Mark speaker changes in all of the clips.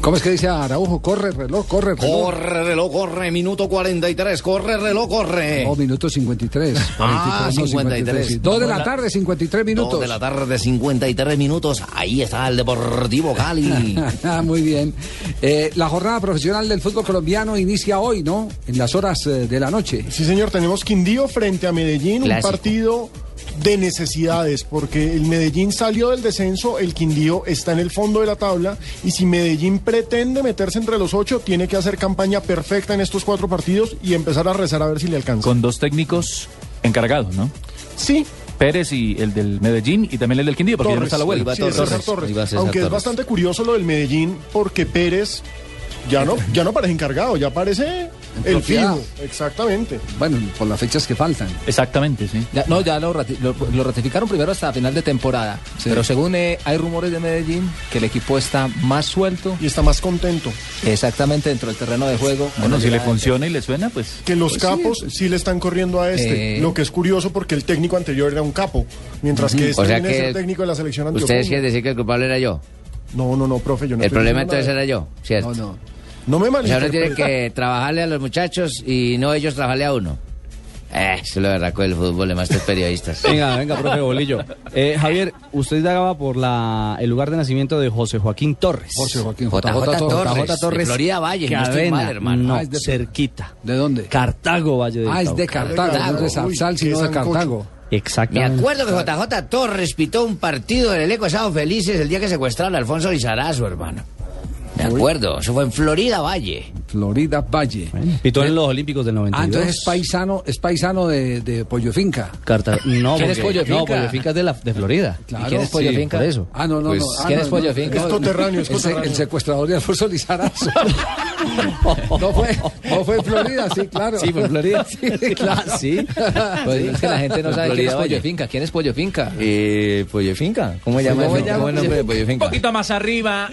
Speaker 1: ¿Cómo es que dice Araujo? Corre, reloj, corre, reloj.
Speaker 2: Corre, reloj, corre, minuto 43, corre, reloj, corre.
Speaker 1: Oh, minuto 53.
Speaker 2: Ah,
Speaker 1: 23, no,
Speaker 2: 53.
Speaker 1: sí. Dos de
Speaker 2: Hola.
Speaker 1: la tarde, 53 minutos.
Speaker 2: Dos de la tarde, 53 minutos. Ahí está el Deportivo Cali.
Speaker 1: Ah, Muy bien. Eh, la jornada profesional del fútbol colombiano inicia hoy, ¿no? En las horas eh, de la noche.
Speaker 3: Sí, señor, tenemos Quindío frente a Medellín,
Speaker 2: Clásico.
Speaker 3: un partido de necesidades, porque el Medellín salió del descenso, el Quindío está en el fondo de la tabla, y si Medellín pretende meterse entre los ocho, tiene que hacer campaña perfecta en estos cuatro partidos y empezar a rezar a ver si le alcanza.
Speaker 4: con dos técnicos encargados, ¿no?
Speaker 3: Sí,
Speaker 4: Pérez y el del Medellín y también el del Quindío, porque ya no
Speaker 3: Torres.
Speaker 4: está a la
Speaker 2: Ahí va
Speaker 4: vuelta.
Speaker 3: Sí, de César
Speaker 2: Torres.
Speaker 3: Torres.
Speaker 2: Ahí va César
Speaker 3: Aunque es
Speaker 2: Torres.
Speaker 3: bastante curioso lo del Medellín, porque Pérez ya no, ya no parece encargado, ya parece el
Speaker 1: Propiedad.
Speaker 3: fijo. Exactamente.
Speaker 1: Bueno, por las fechas que faltan.
Speaker 4: Exactamente, sí.
Speaker 5: Ya- no, ya lo, rati- lo- lo ratificaron primero hasta final de temporada.
Speaker 1: Sí.
Speaker 5: Pero según eh, hay rumores de Medellín, que el equipo está más suelto
Speaker 3: Y está más contento.
Speaker 5: exactamente dentro del terreno de juego. con
Speaker 4: Bueno,
Speaker 5: la
Speaker 4: si le
Speaker 5: llegada de-
Speaker 4: funciona y le suena, pues.
Speaker 3: que los capos sí, le están corriendo a este.
Speaker 5: Eh.
Speaker 3: Lo que es curioso porque el técnico anterior era un capo, mientras que este
Speaker 6: O sea
Speaker 3: viene a ser
Speaker 6: que-
Speaker 3: técnico de la selección
Speaker 6: ¿Ustedes quieren
Speaker 3: antioqueña.
Speaker 6: decir que el culpable era yo?
Speaker 3: No, no, no, profe, yo no
Speaker 6: El
Speaker 3: estoy
Speaker 6: problema
Speaker 3: diciendo
Speaker 6: entonces
Speaker 3: nada.
Speaker 6: era yo, ¿cierto?
Speaker 1: No, no.
Speaker 3: No me
Speaker 6: O sea, uno tiene
Speaker 3: malinterpreten.
Speaker 6: que trabajarle a los muchachos y no ellos trabajarle a uno. Eh, eso es lo berraco del fútbol, de más los periodistas.
Speaker 7: Venga, Ah, venga, profe Bolillo. Eh, Javier, usted daba por la, el lugar de nacimiento de José Joaquín Torres.
Speaker 1: José Joaquín
Speaker 6: JJ
Speaker 1: Torres.
Speaker 6: Torres.
Speaker 1: JJ Torres.
Speaker 6: De Florida Valle, no estoy
Speaker 7: Cadena,
Speaker 6: mal, hermano.
Speaker 7: No,
Speaker 1: Ah, es de-
Speaker 7: cerquita.
Speaker 1: ¿De dónde?
Speaker 7: Cartago, Valle de
Speaker 1: Ah, es de
Speaker 7: Cauca.
Speaker 1: Cartago, no es de
Speaker 3: Uy,
Speaker 1: Zapsal, sino
Speaker 3: qué
Speaker 1: de Cartago.
Speaker 3: sancocho.
Speaker 6: Me
Speaker 7: Exactamente.
Speaker 6: acuerdo que JJ Torres pitó un partido del elenco de Sábado Felices el día que secuestraron a Alfonso Lizarazo, hermano. Me acuerdo, eso fue en Florida Valle.
Speaker 1: Florida Valle.
Speaker 7: Pitó en los Olímpicos del 92.
Speaker 1: Ah, entonces es paisano, es paisano de, de Pollo Finca.
Speaker 7: Carta- No,
Speaker 5: ¿Quién es Pollo
Speaker 7: porque-
Speaker 5: Finca?
Speaker 7: No, Pollo Finca es de, la, de Florida.
Speaker 1: Claro,
Speaker 5: ¿Y quién es Pollo
Speaker 1: sí,
Speaker 5: Finca?
Speaker 7: por eso.
Speaker 1: Ah, no, no,
Speaker 5: Pues,
Speaker 1: no. ah,
Speaker 5: ¿Quién
Speaker 1: no,
Speaker 5: es Pollo
Speaker 1: no,
Speaker 5: Finca?
Speaker 1: no,
Speaker 3: Es coterráneo, es
Speaker 1: el, se-
Speaker 3: coterráneo.
Speaker 1: el secuestrador de Alfonso Lizarazo. no, fue, no fue en Florida, sí, claro.
Speaker 5: Sí, por Florida.
Speaker 1: Sí, claro.
Speaker 5: Ah, sí. Pues es que la gente no sabe quién es
Speaker 6: Florida
Speaker 5: Pollo
Speaker 6: Valle.
Speaker 5: Finca. ¿Quién es Pollo Finca?
Speaker 6: Eh, Pollo Finca, ¿cómo llama
Speaker 5: ¿Cómo llama?
Speaker 6: ¿Cómo es el nombre de Pollo Finca?
Speaker 4: más arriba,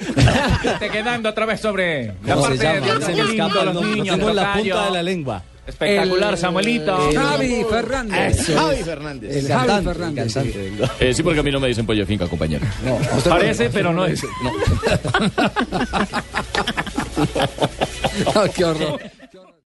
Speaker 4: te quedando otra vez sobre
Speaker 5: ¿Cómo se llama?
Speaker 7: Se me escapa el nombre, lo tengo en la punta de la lengua.
Speaker 4: Espectacular, Samuelito.
Speaker 1: Javi Fernández.
Speaker 2: Javi Fernández.
Speaker 1: El Javi
Speaker 5: Cantante,
Speaker 1: Fernández. sí.
Speaker 5: cantante.
Speaker 8: Eh, sí, porque a mí no me dicen pollo finca, compañero.
Speaker 1: No, usted no-
Speaker 4: Parece, pero no es.
Speaker 1: No, Oh, qué horror.